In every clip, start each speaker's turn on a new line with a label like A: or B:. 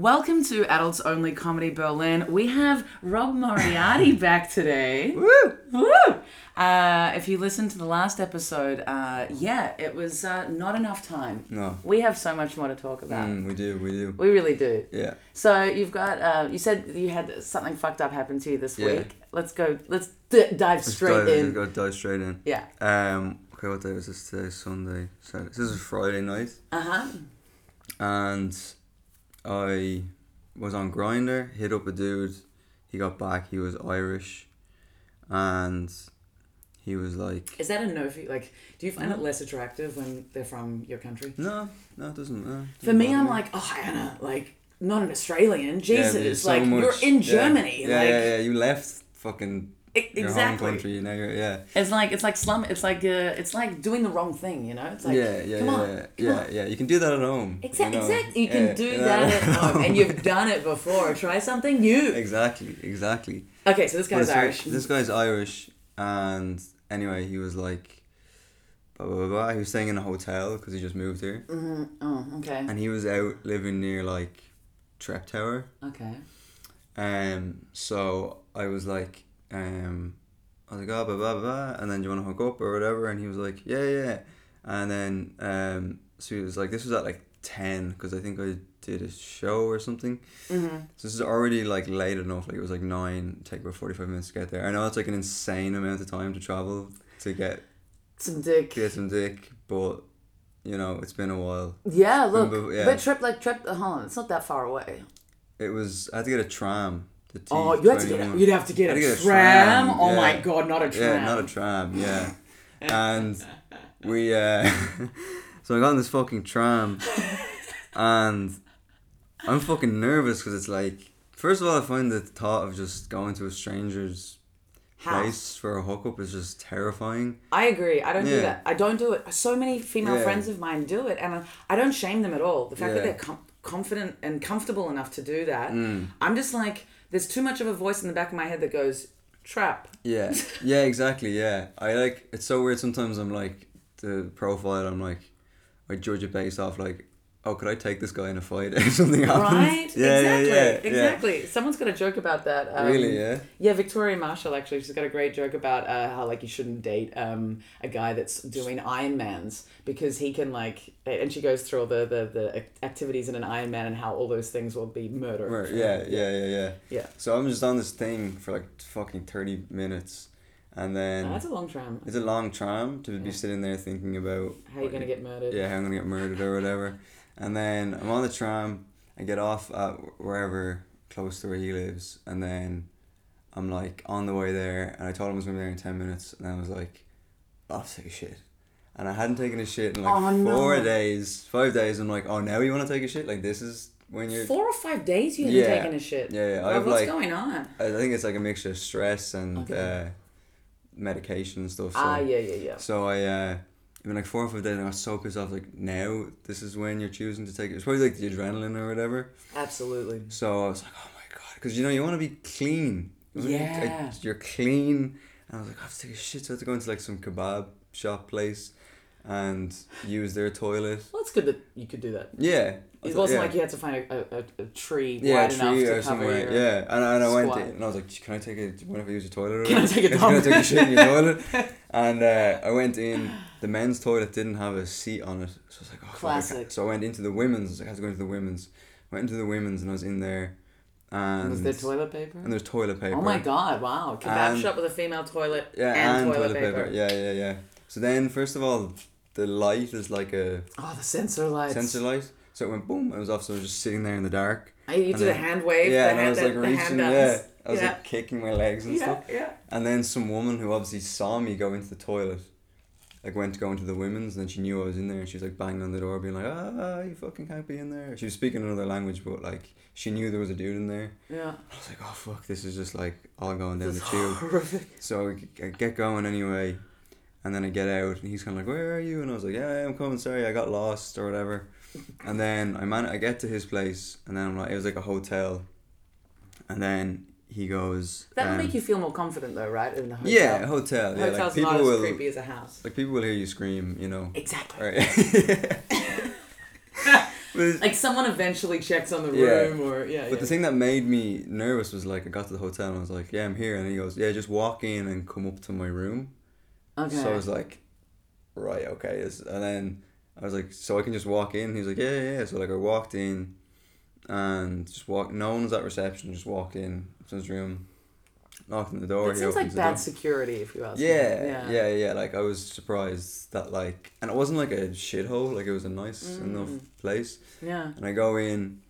A: Welcome to Adults Only Comedy Berlin. We have Rob Moriarty back today.
B: Woo!
A: Woo! Uh, if you listened to the last episode, uh, yeah, it was uh, not enough time.
B: No.
A: We have so much more to talk about.
B: Mm, we do, we do.
A: We really do.
B: Yeah.
A: So you've got, uh, you said you had something fucked up happen to you this
B: Yeah.
A: week. Let's go, let's d- dive straight
B: dive,
A: in.
B: Got to dive straight in.
A: Yeah.
B: Um. Okay, what day was this today? Sunday. Saturday. This is Friday night,
A: Uh huh.
B: and I was on Grinder. Hit up a dude. He got back. He was Irish, and he was like,
A: Is that a no for you? Like, do you find it less attractive when they're from your country?
B: "No, no, it doesn't." No, it
A: For
B: doesn't
A: me,
B: bother
A: I'm like, oh, Hannah, like, not an Australian.
B: Yeah,
A: Jesus.
B: but there's so
A: like, you're
B: much-
A: in
B: yeah.
A: Germany.
B: Yeah,
A: like,
B: yeah, yeah. You left fucking
A: e-
B: your
A: exactly.
B: home country. You know, you're, yeah.
A: It's like it's like slum. It's like uh, it's like doing the wrong thing. You know. It's like
B: yeah, yeah,
A: come
B: yeah,
A: on,
B: yeah,
A: come
B: yeah,
A: on.
B: yeah. You can do that at home.
A: Exactly,
B: know.
A: exactly. You can
B: Yeah,
A: do
B: yeah.
A: that at home, and you've done it before. Try something new.
B: Exactly, exactly.
A: Okay, so this
B: But
A: guy's
B: it's
A: Irish.
B: Like, this guy's Irish, and anyway, he was like, blah blah blah. blah. He was staying in a hotel because he just moved here,
A: Oh, okay,
B: and he was out living near like Trep Tower.
A: okay.
B: Um, so I was like, um, I was like, oh, blah, blah, blah, and then do you want to hook up or whatever? And he was like, yeah, yeah. And then, um, so he was like, this was at like 10, because I think I did a show or something.
A: Mhm.
B: So this is already like late enough, like it was like nine, take about 45 minutes to get there. I know it's like an insane amount of time to travel to get,
A: Some dick.
B: get some dick, but you know, it's been a while.
A: Yeah, look,
B: Remember- yeah.
A: but trip like trip. Uh, hold on, it's not that far away.
B: It was, I had to get a tram. The
A: Oh, you had to get.
B: T21.
A: You'd have to get,
B: Had
A: a,
B: to get a
A: tram.
B: tram,
A: Oh my
B: yeah.
A: god, not a tram.
B: Yeah, not a tram. Yeah, and we uh, so I got on this fucking tram, and I'm fucking nervous because it's like first of all I find the thought of just going to a stranger's
A: House.
B: place for a hookup is just terrifying.
A: I agree. I don't do
B: Yeah.
A: that. I don't do it. So many female
B: Yeah.
A: friends of mine do it, and I, I don't shame them at all. The fact that
B: Yeah.
A: they're com- confident and comfortable enough to do that,
B: Mm.
A: I'm just like, there's too much of a voice in the back of my head that goes, trap.
B: Yeah, yeah, exactly. Yeah, I like it's so weird. Sometimes I'm like the profile. I'm like I judge it based off like. Oh, could I take this guy in a fight if something happens?
A: Right?
B: Yeah, yeah,
A: exactly.
B: yeah, yeah.
A: exactly. Someone's got a joke about that. Um,
B: Really, yeah?
A: Yeah, Victoria Marshall actually, she's got a great joke about uh, how like you shouldn't date um, a guy that's doing Ironmans because he can like, and she goes through all the the, the ac- activities in an Ironman and how all those things will be murder.
B: Right, yeah, yeah, yeah, yeah.
A: Yeah.
B: So I'm just on this thing for like fucking thirty minutes, and then
A: Oh, that's a long tram.
B: it's a long tram to be sitting there thinking about
A: How you gonna get murdered?
B: yeah how I'm gonna get murdered or whatever, and then I'm on the tram. I get off at wherever close to where he lives, and then I'm like on the way there, and I told him I was gonna be there in ten minutes, and I was like, I'll take a shit. And I hadn't taken a shit in like
A: Oh,
B: four
A: no.
B: days, five days. I'm like, oh, now you want to take a shit? Like this is when you're
A: Four or five days you haven't
B: Yeah.
A: taken a shit.
B: Yeah, yeah,
A: Like,
B: I've,
A: what's
B: like-
A: going on?
B: I I think it's like a mixture of stress and
A: Okay.
B: uh, medication and stuff. So,
A: Ah, yeah, yeah, yeah.
B: so I, uh, I mean, like four or five days, and I was so pissed off. Like now, this is when you're choosing to take it. It's probably like the adrenaline or whatever.
A: Absolutely.
B: So I was like, oh my god, because you know you want to be clean. You wanna be- like,
A: Yeah.
B: you're clean, and I was like, I have to take a shit. So I had to go into like some kebab shop place, and use their toilet.
A: Well, it's good that you could do that.
B: Yeah.
A: It wasn't
B: yeah.
A: like you had to find a, a, a, a tree
B: Yeah,
A: wide enough
B: tree
A: to
B: or
A: cover
B: somewhere.
A: your...
B: Yeah, and, and I went
A: squat.
B: in and I was like, "Can I take a? What if I use your toilet? or
A: Can I
B: whatever?"
A: take a
B: Can I
A: dump?
B: take a shit in your toilet?" And uh, I went in. The men's toilet didn't have a seat on it, so I was like, "Oh, fuck, I
A: Classic.
B: can't." So I went into the women's. I was like, I had to go into the women's. Went into the women's and I was in there, and
A: Was there toilet paper?
B: and there's toilet paper.
A: Oh my god! Wow, kebab
B: And-
A: shop with a female toilet
B: Yeah,
A: and, toilet, paper.
B: Yeah, yeah, yeah. So then, first of all, the light is like a
A: Oh, the sensor lights.
B: sensor light. So it went boom. I was off. So I was just sitting there in the dark.
A: I, you
B: And
A: do the
B: then-
A: hand wave.
B: yeah,
A: the
B: and
A: hand,
B: I was
A: the,
B: like
A: the
B: reaching.
A: hand
B: Yeah,
A: dance.
B: I was
A: yeah.
B: like kicking my legs and
A: yeah,
B: stuff.
A: yeah.
B: And then some woman who obviously saw me go into the toilet, like went to go into the women's, and then she knew I was in there, and she was like banging on the door, being like, "Ah, you fucking can't be in there." She was speaking another language, but like she knew there was a dude in there.
A: Yeah.
B: I was like, "Oh fuck, this is just like all going down the
A: It's
B: tube."
A: horrific.
B: So I get going anyway, and then I get out, and he's kind of like, "Where are you?" And I was like, "Yeah, I'm coming. Sorry, I got lost or whatever." And then I man, I get to his place, and then I'm like, it was like a hotel, and then he goes,
A: That would
B: um,
A: make you feel more confident, though, right? In the hotel.
B: yeah, hotel. Yeah, like
A: Hotel's
B: people
A: not as
B: will
A: creepy as a house.
B: like people will hear you scream, you know.
A: Exactly.
B: Right. but But-
A: Like someone eventually checks on the
B: Yeah.
A: room or yeah.
B: But the thing that made me nervous was like I got to the hotel and I was like, "Yeah, I'm here," and he goes, "Yeah, just walk in and come up to my room."
A: yeah. okay.
B: So I was like, "Right, okay." Is and then I was like, "So I can just walk in?" He's like, "Yeah, yeah." yeah." So like I walked in, and just walk. No one was at reception. Just walked in to his room, knocked on the door.
A: it
B: he
A: seems like
B: opens the
A: bad
B: door.
A: security if you ask. me.
B: Yeah, yeah, yeah, Like I was surprised that like, and it wasn't like a shithole. Like it was a nice enough place.
A: Yeah.
B: And I go in,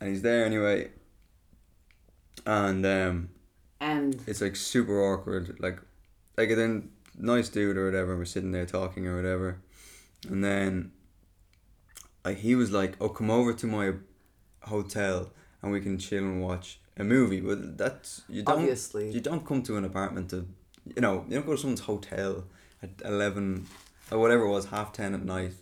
B: and he's there anyway. And um,
A: And
B: it's like super awkward. Like, like then nice dude or whatever. We're sitting there talking or whatever, and then like he was like, "Oh, come over to my hotel and we can chill and watch a movie." But that's you don't
A: Obviously.
B: you don't come to an apartment to you know you don't go to someone's hotel at eleven or whatever it was half ten at night.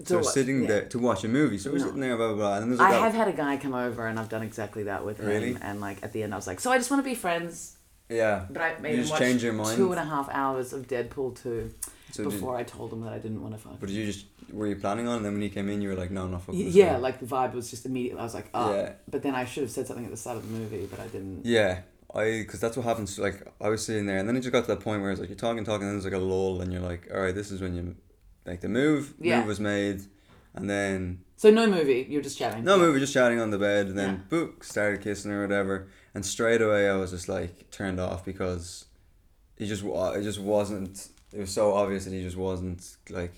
A: To
B: So we're
A: wa-
B: sitting
A: yeah.
B: there to watch a movie. So we're
A: No.
B: sitting there, blah blah blah. And then there's
A: I
B: like
A: have
B: that,
A: had a guy come over and I've done exactly that with him.
B: Really?
A: And like at the end, I was like, so I just want to be friends.
B: yeah.
A: But I made
B: you
A: him
B: just
A: watch
B: change your mind.
A: two and a half hours of Deadpool 2
B: So did-
A: before I told him that I didn't want to fuck.
B: But did you just were you planning on? it? And then when he came in, you were like, no, I'm not fucking. this
A: yeah,
B: guy."
A: like the vibe was just immediately. I was like, ah.
B: Yeah.
A: But then I should have said something at the start of the movie, but I didn't.
B: Yeah, I because that's what happens. Like I was sitting there, and then it just got to that point where it's like you're talking, talking, and then there's like a lull, and you're like, all right, this is when you like the move.
A: Yeah.
B: Move was made, and then
A: So no movie. You're just chatting.
B: no, we were just chatting on the bed, and then
A: Yeah.
B: book started kissing or whatever, and straight away I was just like turned off because he just wa- it just wasn't. It was so obvious that he just wasn't like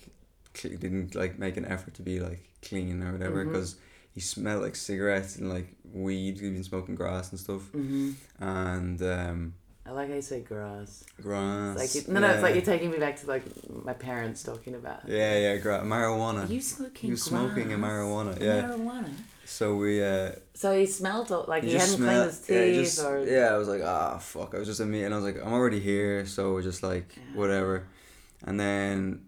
B: cl- didn't like make an effort to be like clean or whatever
A: Mm-hmm.
B: because he smelled like cigarettes and like weed. He'd been smoking grass and stuff,
A: hmm
B: and um,
A: I like how you say grass.
B: grass.
A: It's like you, no, no, it's like you're taking me back to like my parents talking about.
B: yeah, yeah, gra- marijuana.
A: You smoking?
B: He was smoking a
A: grass?
B: marijuana, yeah.
A: Marijuana.
B: so we uh,
A: So he smelled all- like
B: You
A: he hadn't cleaned his
B: yeah, you
A: teeth
B: just-
A: or.
B: yeah, I was like, ah, fuck. I was just a me, and I was like, I'm already here, so just like
A: Yeah.
B: whatever. And then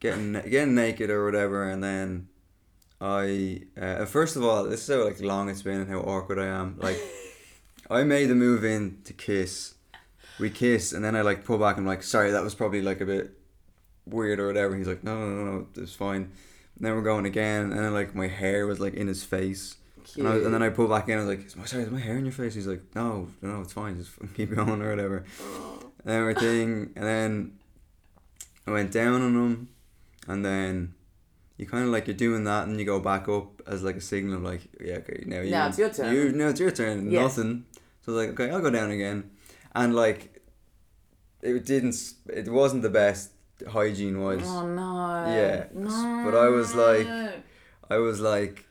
B: getting na- getting naked or whatever, and then I uh, first of all, this is how like long it's been and how awkward I am. Like, I made the move in to kiss. We kiss, and then I like pull back. and I'm like, sorry, that was probably like a bit weird or whatever. And he's like, no, no, no, no, it's fine. And then we're going again, and then like my hair was like in his face. And, I, and then I pulled back in. I was like, "Is my sorry, is my hair in your face?" He's like, "No, no, it's fine. Just fucking keep going or whatever." And everything. And then I went down on him, and then you kind of like you're doing that, and you go back up as like a signal of like, "Yeah, okay, now you."
A: Now it's your turn.
B: You now it's your turn.
A: Yeah.
B: Nothing. So I was like, "Okay, I'll go down again," and like it didn't. s- It wasn't the best hygiene wise.
A: Oh no.
B: Yeah,
A: No.
B: but I was like- I was like,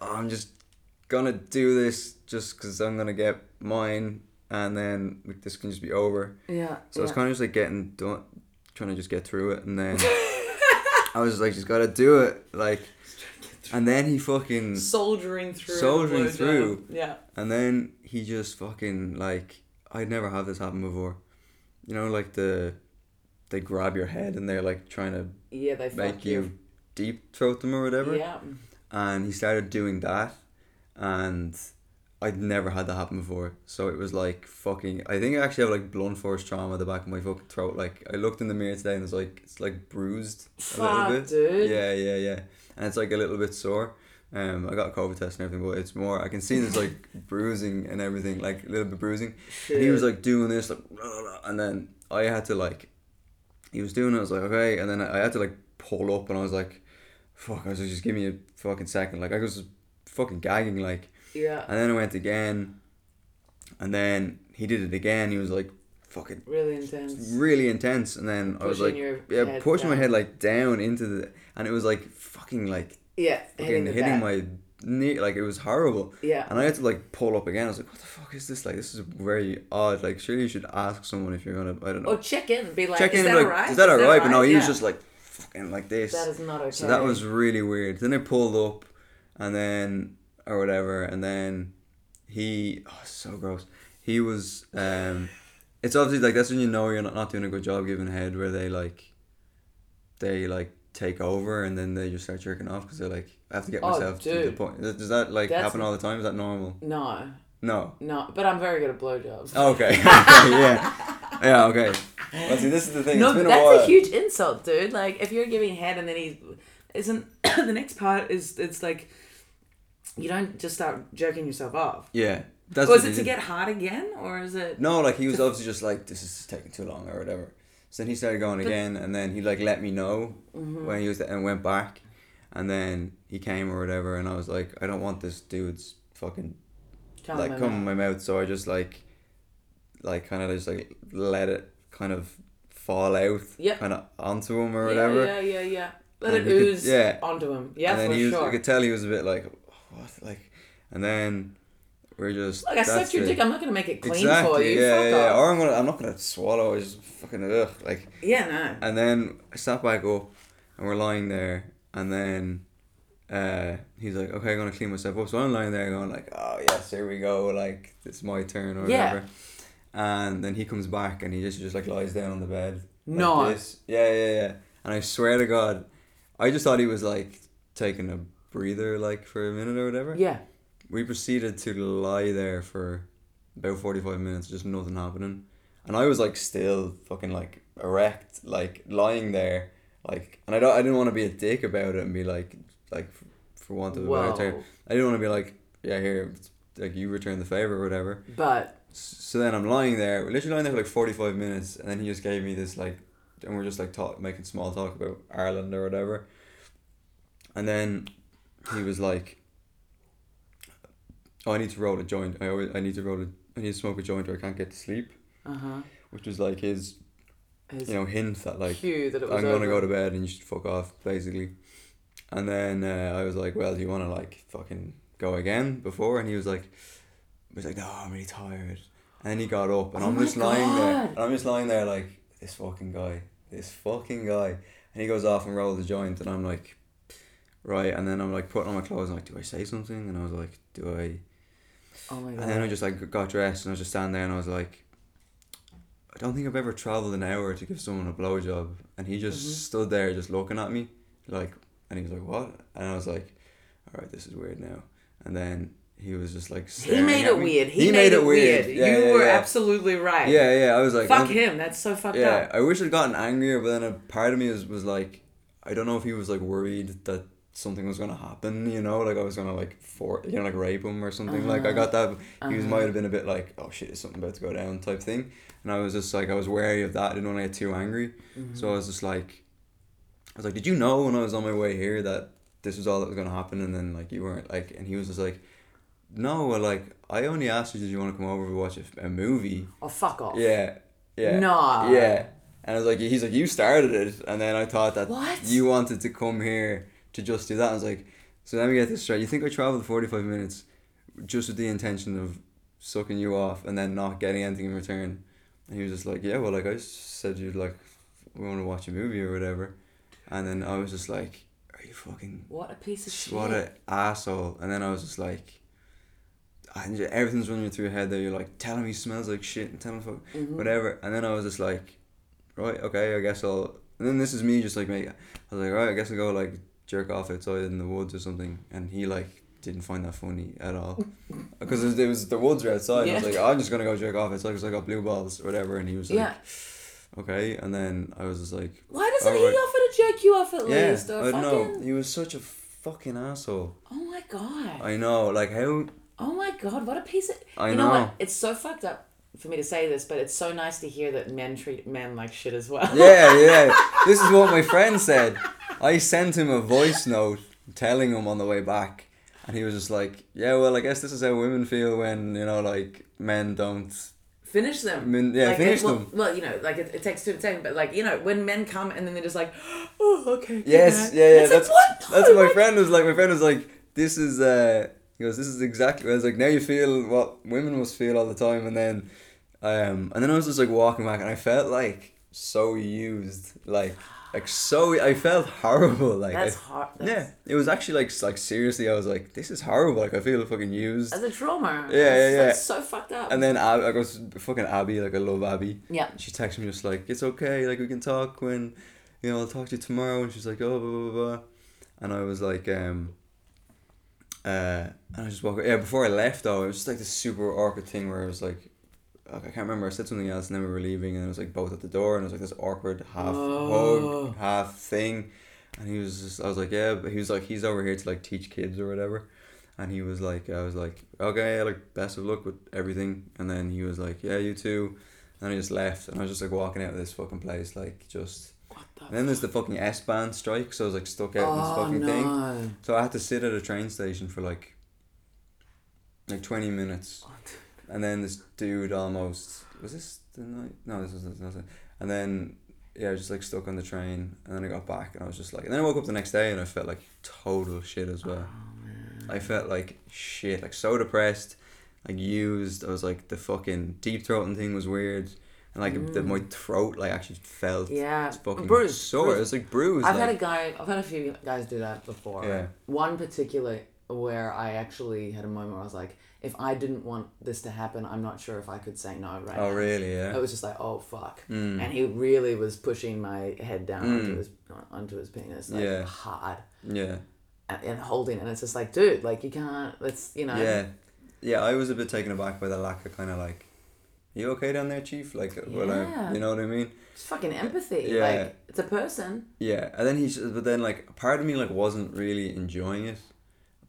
B: I'm just gonna do this just because I'm gonna get mine, and then like, this can just be over.
A: Yeah.
B: So it's
A: yeah.
B: kind of just like getting done, trying to just get through it, and then I was like, just gotta do it, like, and then he fucking,
A: soldiering through.
B: Soldiering
A: blowjob.
B: through.
A: Yeah.
B: and then he just fucking like, I'd never have this happen before, you know, like the, they grab your head and they're like trying to
A: Yeah, they fuck
B: make you deep throat them or whatever.
A: Yeah.
B: and he started doing that and I'd never had that happen before. So it was like fucking I think I actually have like blunt force trauma at the back of my fucking throat. Like I looked in the mirror today and it's like it's like bruised a
A: Fuck,
B: little bit.
A: dude.
B: Yeah, yeah, yeah. And it's like a little bit sore. Um I got a COVID test and everything, but it's more I can see there's like bruising and everything, like a little bit bruising. And he was like doing this like blah, blah, blah, and then I had to like he was doing it, I was like, okay, and then I I had to like pull up and I was like fuck, I was like, just give me a fucking second. Like I was fucking gagging like
A: Yeah.
B: and then I went again and then he did it again. He was like fucking
A: Really intense.
B: really intense and then I was
A: Pushing
B: like
A: your
B: yeah,
A: head
B: pushing my
A: down.
B: head like down into the and it was like fucking like
A: Yeah.
B: fucking
A: the
B: hitting
A: back.
B: my knee like it was horrible.
A: Yeah.
B: And I had to like pull up again. I was like, what the fuck is this? Like this is very odd. Like surely you should ask someone if you're gonna I don't know.
A: Or check in, be like,
B: check
A: is
B: in
A: that
B: like
A: alright?
B: is that alright? But no, he was
A: Yeah.
B: just like fucking like this.
A: That is not okay.
B: So that was really weird. Then I pulled up, and then or whatever, and then he oh so gross. He was um, it's obviously like that's when you know you're not, not doing a good job giving head where they like, they like take over and then they just start jerking off because they're like I have to get
A: Oh,
B: myself to the
A: dude.
B: point. Does does that like
A: That's-
B: happen all the time? Is that normal?
A: no,
B: No.
A: no. But I'm very good at blowjobs.
B: Okay. okay yeah. Yeah. Okay. Well, see, this is the thing.
A: no,
B: it's
A: but
B: been
A: that's
B: a while.
A: a huge insult, dude. Like if you're giving head and then he isn't the next part is it's like you don't just start jerking yourself off.
B: Yeah. That's
A: or
B: what
A: is
B: they
A: it to
B: did.
A: get hard again, or is it?
B: No, like he was obviously just like this is taking too long or whatever. So then he started going again, and then he like let me know
A: Mm-hmm.
B: when he was and went back, and then he came or whatever, and I was like, I don't want this dude's fucking
A: Can't
B: like
A: remember.
B: come in my mouth. So I just like, like kind of just like let it kind of fall out,
A: Yeah.
B: kind of onto him or
A: Yeah,
B: whatever.
A: Yeah, yeah, yeah. Let
B: And
A: it
B: you could-
A: ooze
B: yeah.
A: onto him. Yeah,
B: and then
A: for
B: he was,
A: sure.
B: I could tell he was a bit like, what, like, and then we're just
A: Look, I
B: that's
A: sucked your
B: it.
A: dick. I'm not gonna make it clean
B: exactly,
A: for you.
B: yeah,
A: Fuck
B: yeah.
A: off.
B: Or I'm gonna, I'm not gonna swallow. I just fucking ugh, like.
A: yeah, no.
B: And then I sat back up and we're lying there and then uh, he's like, Okay, I'm gonna clean myself up. So I'm lying there going like, Oh yes, here we go, like it's my turn or
A: Yeah.
B: whatever. And then he comes back and he just just like lies down on the bed. Like
A: No.
B: this. Yeah, yeah, yeah. And I swear to God, I just thought he was like taking a breather like for a minute or whatever.
A: Yeah.
B: We proceeded to lie there for about 45 minutes, just nothing happening. And I was like still fucking like erect, like lying there, like, and I, don't, I didn't want to be a dick about it and be like, like, f- for want of a better term.
A: Whoa.
B: I didn't want to be like, yeah, here, it's- like you return the favor or whatever.
A: But
B: S- So then I'm lying there, we're literally lying there for like 45 minutes, and then he just gave me this like, and we're just like talk, making small talk about Ireland or whatever. And then he was like, oh, I need to roll a joint. I always, I need to roll a, I need to smoke a joint or I can't get to sleep.
A: uh huh.
B: Which was like his,
A: His
B: you know, hint that like,
A: cue that it was
B: I'm gonna
A: over.
B: go to bed and you should fuck off, basically. And then uh, I was like, well, do you want to like fucking go again before? And he was like, he was like, no, I'm really tired. And then he got up, and
A: Oh
B: I'm
A: my
B: just lying there,
A: God.
B: and I'm just lying there like this fucking guy, this fucking guy. And he goes off and rolls the joint, and I'm like, right. And then I'm like putting on my clothes, and like, do I say something? And I was like, do I?
A: Oh my
B: And then I
A: god.
B: just like got dressed and I was just standing there and I was like, I don't think I've ever traveled an hour to give someone a blowjob. And he just
A: Mhm.
B: stood there just looking at me, like, and he was like, what? And I was like, all right, this is weird now. And then he was just like,
A: He
B: staring
A: made
B: at
A: it
B: me.
A: weird. He, made, it weird.
B: Yeah,
A: you
B: yeah,
A: were
B: yeah.
A: absolutely right.
B: Yeah, yeah. I was like, "Oh,
A: Fuck
B: I'm-
A: him. That's so fucked
B: yeah,
A: up.
B: I wish I'd gotten angrier, but then a part of me was, was like, I don't know if he was like worried that something was gonna happen, you know, like I was gonna like for you know like rape him or something.
A: Uh-huh.
B: Like I got that. He was, might have been a bit like, oh shit, is something about to go down type thing, and I was just like, I was wary of that. I didn't want to get too angry, so I
A: Mm-hmm.
B: was just like, I was like, did you know when I was on my way here that this was all that was gonna happen, and then like you weren't like, and he was just like. No, like I only asked you, did you want to come over to watch a, a movie?
A: Oh fuck off.
B: Yeah, yeah.
A: Nah.
B: Yeah. And I was like, he's like, you started it. And then I thought that
A: What?
B: you wanted to come here to just do that. I was like, so let me get this straight. You think I traveled 45 minutes just with the intention of sucking you off and then not getting anything in return? And he was just like, yeah, well, like I said, you'd like, we want to watch a movie or whatever. And then I was just like, are you fucking
A: What a piece of shit.
B: what an asshole. And then I was just like, and you- everything's running through your head that you're like, tell him he smells like shit and tell him fuck,
A: Mm-hmm.
B: whatever. And then I was just like, right, okay, I guess I'll. And then this is me just like, make, I was like, right, I guess I'll go like jerk off outside in the woods or something. And he like didn't find that funny at all. Because it was, it was the woods were outside. I was
A: Yeah.
B: like, I'm just going to go jerk off outside because I got blue balls or whatever. And he was like,
A: Yeah.
B: okay. And then I was just like,
A: Why doesn't
B: Alright.
A: he offer to jerk you off at
B: yeah,
A: least? Or
B: I
A: fucking.
B: know. He was such a fucking asshole.
A: Oh my god.
B: I know, like how
A: Oh my god, what a piece of
B: I
A: You know
B: know.
A: what? It's so fucked up for me to say this, but it's so nice to hear that men treat men like shit as well.
B: Yeah, yeah. this is what my friend said. I sent him a voice note telling him on the way back and he was just like, Yeah, well I guess this is how women feel when, you know, like men don't
A: Finish them.
B: Men- yeah,
A: Like,
B: finish
A: it- well,
B: them.
A: Well, you know, like it, it takes two to tango, but like you know, when men come and then they're just like, oh, okay. good
B: Yes,
A: night."
B: yeah, yeah.
A: It's
B: That's
A: like, what?
B: that's
A: No,
B: what my
A: like-
B: friend was like. My friend was like, This is uh he goes, This is exactly I was like, now you feel what women must feel all the time and then um and then I was just like walking back and I felt like so used, like like so I felt horrible, like I
A: That's hard.
B: Yeah,
A: That's,
B: it was actually like s- like seriously, I was like, this is horrible. Like I feel fucking used.
A: As a trauma.
B: Yeah, yeah,
A: that's,
B: yeah.
A: That's so fucked up.
B: And then Ab- I goes fucking Abby, like I love Abby.
A: Yeah.
B: She texts me just like it's okay, like we can talk when, you know, I'll talk to you tomorrow. And she's like, oh blah blah blah, and I was like, um. Uh, and I just walk. Yeah, before I left though, it was just like this super awkward thing where I was like, I can't remember. I said something else, and then we were leaving, and it was like both at the door, and it was like this awkward half
A: Oh.
B: hug, half thing, And he was just, I was like, yeah, but he was like, he's over here to like teach kids or whatever. And he was like, I was like, okay, like best of luck with everything. And then he was like, yeah, you too. And I just left, and I was just like walking out of this fucking place, like just.
A: What the
B: And then there's the fucking S Bahn strike, so I was like stuck out in this
A: oh,
B: fucking
A: no.
B: thing. So I had to sit at a train station for like, like twenty minutes. And then this dude almost was this the night? No, this was nothing. And then yeah, I was just like stuck on the train, and then I got back, and I was just like, and then I woke up the next day, and I felt like total shit as well.
A: Oh,
B: I felt like shit, like so depressed, like used. I was like the fucking deep throating thing was weird, and like the, my throat like actually felt
A: Mm. Yeah.
B: it's fucking
A: Bruised,
B: sore.
A: bruised.
B: It was like bruised.
A: I've
B: like,
A: had a guy. I've had a few guys do that before.
B: Yeah.
A: One particular where I actually had a moment where I was like, if I didn't want this to happen, I'm not sure if I could say no right
B: oh
A: now.
B: really? Mm. Yeah.
A: I was just like, oh fuck, and he really was pushing my head down onto his onto his penis like
B: Mm. Yeah.
A: hard
B: yeah.
A: and, and holding, and it's just like, dude, like you can't. Let's you know.
B: Yeah, yeah. I was a bit taken aback by the lack of kind of like, you okay down there, chief? Like, well,
A: Yeah.
B: I, you know what I mean?
A: It's fucking empathy.
B: Yeah.
A: Like it's a person.
B: Yeah. And then he's, but then like, part of me like wasn't really enjoying it.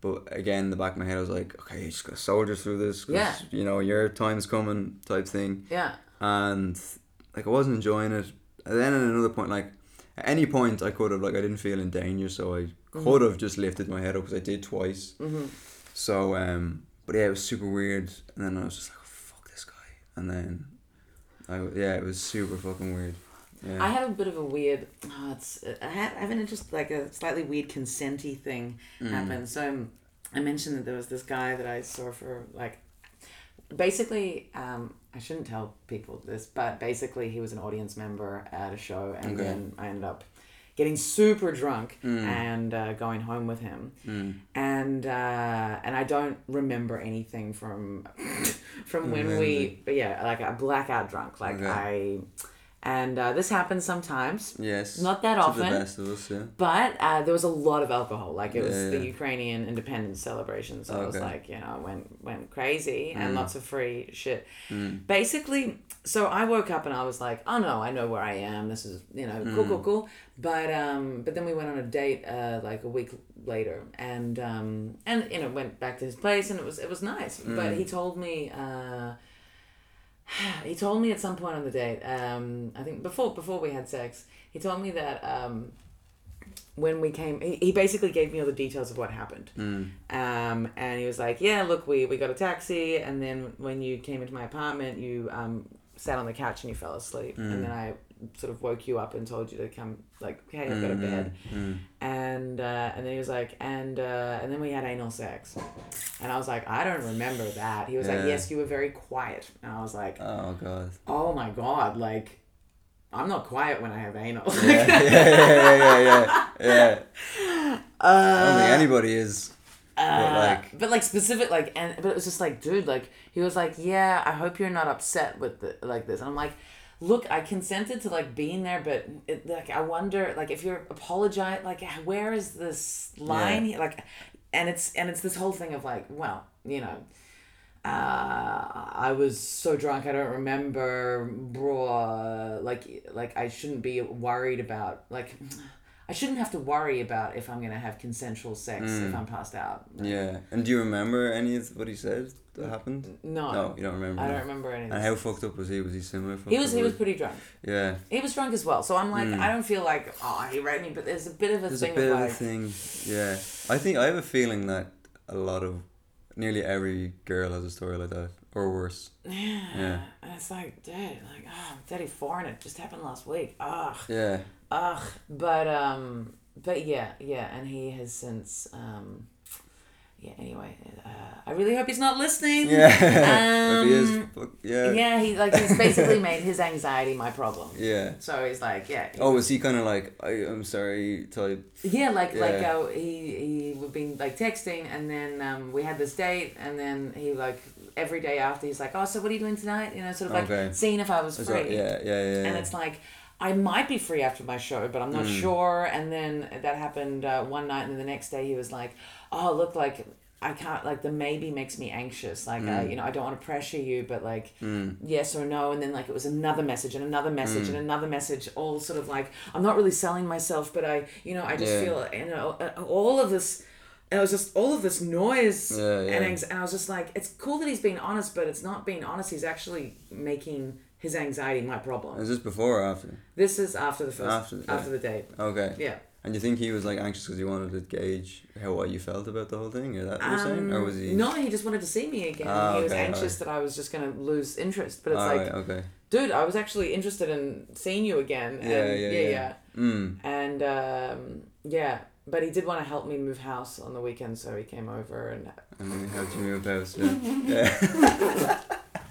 B: But again, in the back of my head, I was like, okay, you just gotta soldier through this. 'cause,
A: Yeah.
B: You know, your time's coming, type thing.
A: Yeah.
B: And like, I wasn't enjoying it. And then at another point, like, at any point, I could have like, I didn't feel in danger, so I could have just lifted my head up because I did twice.
A: Mm-hmm.
B: So, um, but yeah, it was super weird. And then I was just like, "Oh, fuck this guy. And then, I yeah, it was super fucking weird. Yeah.
A: I had a bit of a weird. Oh, it's I have, I have an interest like a slightly weird consenty thing
B: Mm.
A: happen. So um, I mentioned that there was this guy that I saw for like, basically. Um, I shouldn't tell people this, but basically he was an audience member at a show, and
B: Okay.
A: then I ended up getting super drunk and uh, going home with him, and uh, and I don't remember anything from from when we yeah like I blackout drunk like
B: Okay.
A: I. And uh, this happens sometimes.
B: yes.
A: not that
B: to
A: often.
B: the best of us, yeah.
A: But uh, there was a lot of alcohol. Like it was
B: Yeah,
A: the
B: yeah.
A: Ukrainian independence celebration, so I was
B: Okay. Mm.
A: like, you know, I went went crazy and lots of free shit. Basically, so I woke up and I was like, oh no, I know where I am. This is you know cool,
B: Mm.
A: cool, cool. But um, but then we went on a date uh, like a week later, and um, and you know went back to his place, and it was it was nice. But he
B: Mm.
A: told me. Uh, he told me at some point on the date, um, I think before before we had sex, he told me that um, when we came, he, he basically gave me all the details of what happened.
B: Mm.
A: Um, and he was like, Yeah, look, we, we got a taxi. And then when you came into my apartment, you um, sat on the couch and you fell asleep. And
B: Mm.
A: then I sort of woke you up and told you to come, like, Hey, I've got a bed.
B: Mm,
A: And, uh, and then he was like, and, uh, and then we had anal sex. And I was like, I don't remember that. He was like,
B: Yeah.
A: Yes, you were very quiet. And I was like,
B: Oh, God.
A: oh my god, like I'm not quiet when I have anal.
B: Yeah, yeah, yeah, yeah, yeah. yeah. I don't
A: Uh,
B: think anybody is. but like,
A: but like specific like and but it was just like dude like he was like yeah i hope you're not upset with the, like this and i'm like look i consented to like being there but it, like i wonder like if you're apologize like where is this line
B: Yeah.
A: here? like and it's and it's this whole thing of like well you know uh, I was so drunk I don't remember, bruh. Like, like I shouldn't be worried about. Like, I shouldn't have to worry about if I'm gonna have consensual sex if I'm passed out.
B: yeah. And do you remember any of what he said that happened?
A: No,
B: No, you don't remember.
A: I
B: no.
A: don't remember anything.
B: And how fucked up was he? Was he similar?
A: He was he was
B: fucked up?
A: pretty drunk.
B: Yeah.
A: He was drunk as well. So I'm like, I don't feel like oh he raped me, but there's a bit of a
B: Hmm. There's
A: thing
B: a bit
A: of
B: of a
A: like
B: thing. Yeah. I think I have a feeling that a lot of, nearly every girl has a story like that, or worse.
A: yeah. And it's like, dude, like oh, I'm 34 and it just happened last week. Ugh.
B: Yeah.
A: Ugh, but um, but yeah, yeah, and he has since um, yeah. Anyway, uh, I really hope he's not listening.
B: Yeah. If he is,
A: Um,
B: fuck- yeah. yeah.
A: yeah. He like he's basically made his anxiety my problem.
B: Yeah.
A: So he's like, yeah,
B: Oh, was he kind of like, I, I'm sorry, type?
A: yeah, like like
B: Yeah.
A: uh, he he would be like texting, and then um, we had this date, and then he like every day after he's like, oh, so what are you doing tonight? You know, sort of like
B: Okay.
A: seeing if I was
B: Is
A: free.
B: that- yeah, yeah, yeah. yeah. Mm.
A: and it's like I might be free after my show, but I'm not sure. And then that happened uh, one night, and the next day he was like, "Oh, look, like I can't like the maybe makes me anxious. Like uh,
B: Mm.
A: you know, I don't want to pressure you, but like
B: Mm.
A: yes or no, and then like it was another message and another message and another message, all sort of like I'm not really selling myself, but I you know I just
B: Yeah.
A: feel you know uh, all of this. And it was just all of this noise,
B: Yeah, yeah.
A: And, anx- and I was just like, it's cool that he's being honest, but it's not being honest. He's actually making his anxiety my problem.
B: Is this before or after?
A: This is after the first,
B: After
A: after
B: the
A: the,
B: date.
A: date,
B: Okay.
A: yeah.
B: And you think he was like anxious because he wanted to gauge how what you felt about the whole thing, or that you're saying, or
A: Um,
B: was he?
A: No, he just wanted to see me again.
B: Ah,
A: he was
B: okay,
A: anxious that I was just gonna lose interest, but it's
B: Ah,
A: like,
B: right, okay.
A: dude, I was actually interested in seeing you again.
B: Yeah,
A: and,
B: yeah, yeah. Mm.
A: And um, yeah, but he did want to help me move house on the weekend, so he came over and
B: And then how do you move house? Yeah.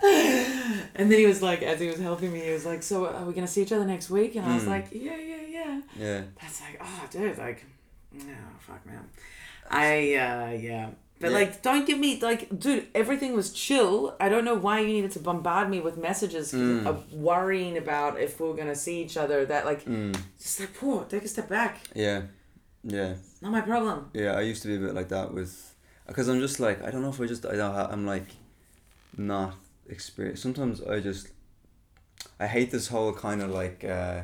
B: yeah.
A: and then he was like, as he was helping me, he was like, "So are we gonna see each other next week?" And I
B: Hmm.
A: was like, "Yeah, yeah, yeah."
B: Yeah.
A: That's like, oh, dude, like, no, fuck, man. I, uh, yeah. But,
B: Yeah.
A: like, don't give me, like, dude, everything was chill. I don't know why you needed to bombard me with messages
B: Hmm.
A: of worrying about if we are going to see each other. That, like,
B: Mm.
A: just like, poor, take a step back.
B: Yeah. Yeah.
A: Not my problem.
B: Yeah, I used to be a bit like that with, because I'm just like I don't know if I just I don't ha- I'm like, not experienced. Sometimes I just, I hate this whole kind of like, uh,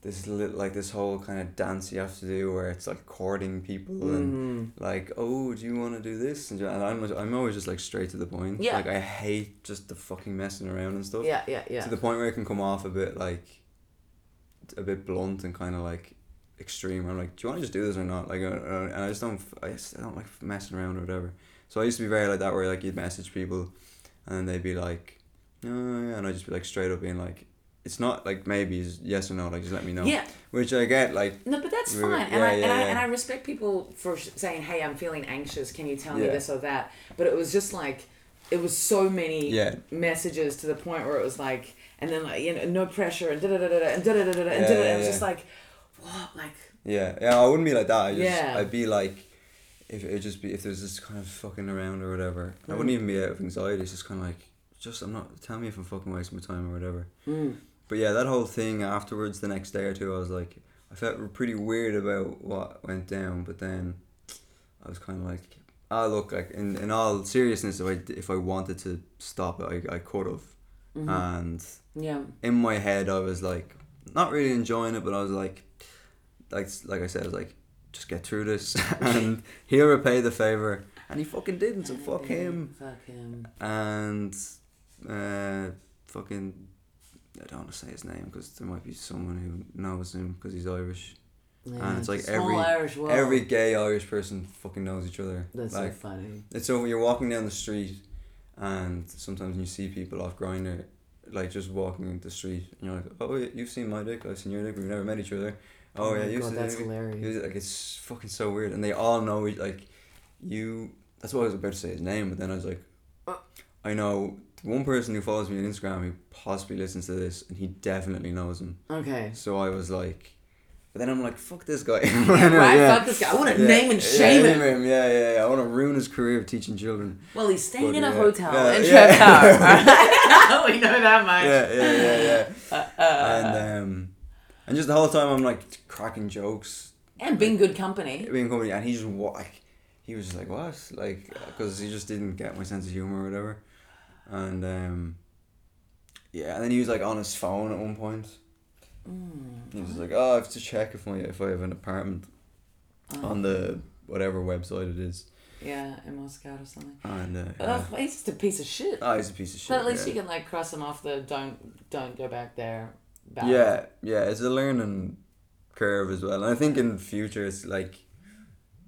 B: this little like this whole kind of dance you have to do where it's like courting people and
A: Mm.
B: like oh do you want to do this and, do- and I'm I'm always just like straight to the point.
A: Yeah.
B: Like I hate just the fucking messing around and stuff.
A: Yeah, yeah, yeah.
B: To the point where it can come off a bit like, a bit blunt and kind of like extreme. I'm like, do you want to just do this or not? Like, uh, uh, and I just don't, I just don't like messing around or whatever. So I used to be very like that, where like you'd message people, and then they'd be like, no, yeah, and I'd just be like straight up being like, it's not like maybe it's yes or no, like just let me know.
A: Yeah,
B: Which I get like,
A: no, but that's
B: We
A: fine,
B: were-
A: and,
B: yeah,
A: I, and,
B: yeah,
A: I,
B: yeah.
A: and I respect people for sh- saying, "Hey, I'm feeling anxious. Can you tell me
B: Yeah.
A: this or that?" But it was just like, it was so many
B: yeah,
A: messages to the point where it was like, and then like you know, no pressure and da da da da and da da da da and
B: Yeah,
A: da da.
B: yeah,
A: It was
B: yeah.
A: just like, what, like,
B: yeah, yeah. I wouldn't be like that. I just,
A: Yeah.
B: I'd be like. If it just be if there's this kind of fucking around or whatever, I
A: Mm.
B: wouldn't even be out of anxiety. It's just kind of like, just I'm not. Tell me if I'm fucking wasting my time or whatever.
A: mm.
B: But yeah, that whole thing afterwards, the next day or two, I was like, I felt pretty weird about what went down. But then, I was kind of like, ah, look, like in, in all seriousness, if I if I wanted to stop it, I, I could have. Mm-hmm.
A: Mm-hmm.
B: And
A: yeah,
B: in my head, I was like, not really enjoying it, but I was like, like like I said, I was like, just get through this, and he'll repay the favor. And he fucking didn't, so fuck him
A: fuck him.
B: and uh, fucking I don't want to say his name because there might be someone who knows him because he's Irish.
A: Yeah,
B: it's like
A: a small
B: every-
A: Irish world.
B: Every gay Irish person fucking knows each other.
A: that's
B: like
A: so funny.
B: it's so you're walking down the street, and sometimes you see people off grinder, like just walking the street, and you're like, oh, yeah, you've seen my dick, I've seen your dick, we've never met each other. Oh, yeah,
A: my
B: you
A: God,
B: see
A: that's
B: that-
A: hilarious.
B: it was, like it's fucking so weird, and they all know each- like you. That's what I was about to say his name, but then I was like,
A: Oh.
B: I know one person who follows me on Instagram who possibly listens to this, and he definitely knows him.
A: Okay.
B: So I was like, but then I'm like, fuck this guy.
A: Yeah, right? Fuck this guy. I want to name and shame
B: yeah,
A: him.
B: name him. Yeah, yeah, yeah. I want to ruin his career of teaching children.
A: Well, he's staying
B: But,
A: in a
B: yeah.
A: hotel
B: Yeah,
A: in
B: yeah.
A: Trap Tower. we know that much.
B: Yeah, yeah, yeah, yeah. and um, and just the whole time I'm like cracking jokes,
A: And being good company.
B: being comedy, and he just wa- like, he was just like what, like, because he just didn't get my sense of humor or whatever, and um, yeah, and then he was like on his phone at one point.
A: Mm.
B: He was like, oh, I have to check if my if I have an apartment on the whatever website it is,
A: Yeah, in Moscow or something.
B: and uh, yeah.
A: Ugh, he's just a piece of shit.
B: oh, he's a piece of shit.
A: But at least
B: yeah.
A: you can like cross him off the don't don't go back there. Ballot.
B: Yeah, yeah, it's a learning curve as well. And I think in future it's like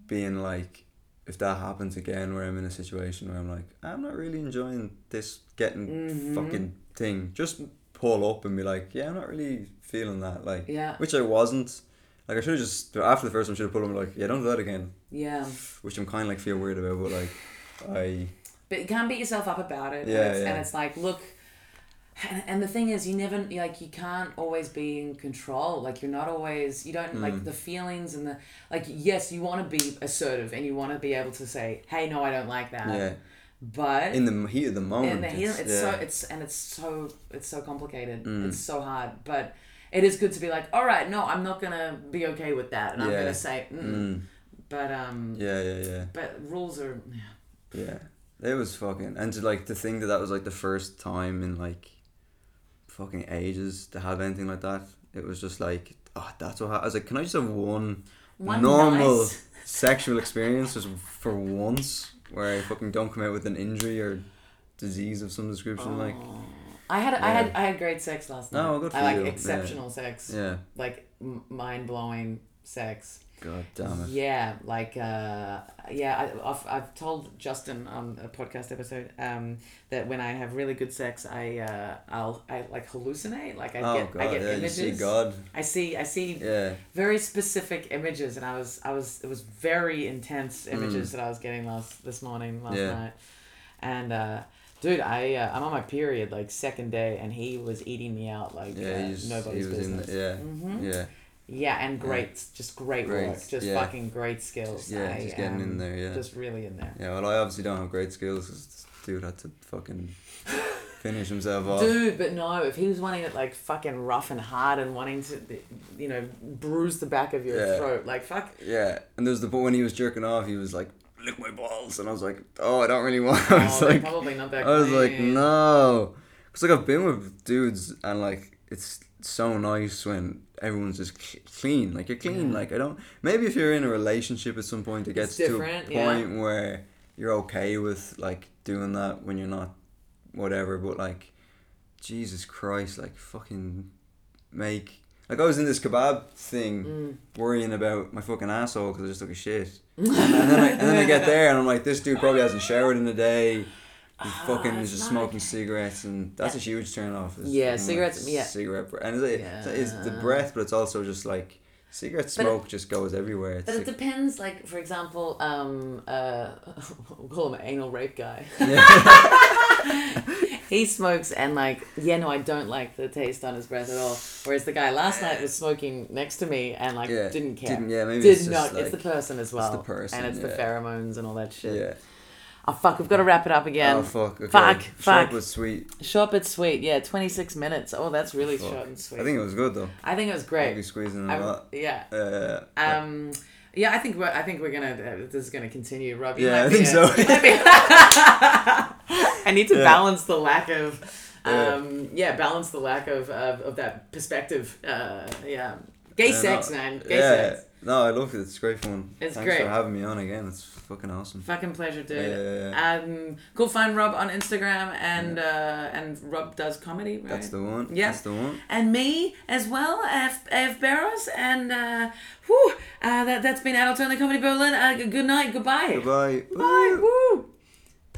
B: being like if that happens again where I'm in a situation where I'm like, I'm not really enjoying this getting
A: Mhm.
B: fucking thing, just pull up and be like, Yeah, I'm not really feeling that like
A: Yeah.
B: which I wasn't. Like I should have just after the first one should have pulled up and be like, Yeah, don't do that again
A: Yeah.
B: which I'm kinda like feel weird about but like I
A: but you can't beat yourself up about it. and
B: Yeah,
A: it's-
B: yeah.
A: And it's like, look, and, and the thing is, you never like you can't always be in control. Like you're not always you don't
B: Mm.
A: like the feelings and the like. Yes, you want to be assertive and you want to be able to say, hey, no, I don't like that.
B: yeah.
A: But
B: In the heat of the moment.
A: and Uh, the heel, it's so
B: yeah. Mm.
A: it's and it's so it's so complicated. It's so hard, but it is good to be like, all right, no, I'm not gonna be okay with that, and I'm
B: Yeah.
A: gonna say, mm. But um,
B: Yeah, yeah, yeah.
A: but rules are
B: Yeah, it was fucking and to like to think that that was like the first time in like fucking ages to have anything like that. It was just like, oh, that's what ha-. I was like. Can I just have one,
A: one
B: normal
A: nice-
B: sexual experience just for once where I fucking don't come out with an injury or disease of some description? Like,
A: Oh. I had I
B: Yeah.
A: had I had great sex last night.
B: Oh, good for
A: I like
B: you. Yeah.
A: exceptional sex,
B: yeah,
A: like m- mind blowing sex.
B: god damn it.
A: Yeah, like uh, yeah. I, I've I've told Justin on a podcast episode um, that when I have really good sex, I uh, I'll I like hallucinate. Like I
B: oh
A: get
B: god,
A: I get
B: yeah,
A: images.
B: you see God.
A: I see I see
B: Yeah,
A: very specific images, and I was I was it was very intense images that I was getting last this morning last
B: Mm. Yeah.
A: night, and. uh Dude, I uh, I'm on my period like second day, and he was eating me out like
B: yeah,
A: uh,
B: he was,
A: nobody's
B: he was in
A: business.
B: the, yeah,
A: Mhm.
B: yeah,
A: Yeah, and great, just great,
B: Great,
A: work, just
B: yeah.
A: fucking great skills.
B: yeah,
A: I,
B: just getting
A: um,
B: in there, yeah.
A: Just really in there.
B: Yeah, well, I obviously don't have great skills 'cause this dude had to fucking finish himself off.
A: Dude, but no, if he was wanting it like fucking rough and hard and wanting to, you know, bruise the back of your
B: Yeah.
A: throat, like fuck.
B: Yeah, and there was the point when he was jerking off, he was like, lick my balls. And I was like, oh, I don't really want. I
A: Oh,
B: was
A: they're
B: like,
A: probably not that.
B: I was like,
A: clean.
B: no. Because, like, I've been with dudes and, like, it's so nice when everyone's just cl- clean. Like, you're clean.
A: Yeah.
B: Like, I don't. Maybe if you're in a relationship at some point, it
A: It's
B: gets to a
A: different,
B: point
A: yeah.
B: where you're okay with, like, doing that when you're not whatever. But, like, Jesus Christ, like, fucking make. Like, I was in this kebab thing
A: Mm.
B: worrying about my fucking asshole because I just took a shit. And then, I, and then I get there and I'm like, this dude probably hasn't showered in a day. He
A: Ah,
B: fucking
A: that's
B: is just
A: not
B: smoking cigarettes, and that's a huge turn off. is
A: Yeah,
B: fucking, like,
A: cigarettes- yeah.
B: Cigarette breath. And it's, like- it's the
A: Yeah.
B: breath, but it's also just like cigarette
A: But it-
B: smoke just goes everywhere. It's
A: But it
B: like,
A: depends. Like for example, um, uh, we'll call him anal rape guy.
B: yeah.
A: He smokes and like, yeah, no, I don't like the taste on his breath at all. Whereas the guy last night was smoking next to me and like
B: Yeah,
A: didn't care.
B: didn't- yeah, maybe
A: Did
B: it's just,
A: not.
B: like,
A: it's the person as well.
B: person,
A: And it's the
B: yeah.
A: pheromones and all that shit.
B: yeah.
A: Oh fuck, we've got to wrap it up again.
B: Oh fuck. Okay.
A: Fuck,
B: Short
A: fuck.
B: but sweet.
A: Short but sweet. Yeah, 26 minutes. Oh, that's really
B: Oh. Fuck.
A: short and sweet.
B: I think it was good though.
A: I think it was
B: I'll be
A: great.
B: squeezing a
A: I-
B: lot.
A: yeah.
B: Uh,
A: Um, yeah, I think we're, I think we're gonna uh, this is gonna continue, Rob. you might
B: Yeah, I
A: be a-
B: think so.
A: you might be- I need to
B: Yeah.
A: balance the lack of,
B: Yeah.
A: um, yeah, balance the lack of of, of that perspective. Uh, yeah, gay
B: Yeah, no,
A: sex, man. Gay
B: yeah.
A: sex.
B: No, I love it. It's a great fun.
A: It's
B: Thanks
A: great.
B: for having me on again. It's fucking awesome.
A: Fucking pleasure, dude.
B: Yeah, yeah, yeah.
A: Um, go find Rob on Instagram and uh, and Rob does comedy, right?
B: That's the one.
A: Yeah.
B: That's the one.
A: and me as well, F. F. Barrows, and uh, whew, uh, that that's been Adult Only Comedy Berlin. Uh, g- good night, goodbye,
B: Goodbye.
A: Bye. Woo.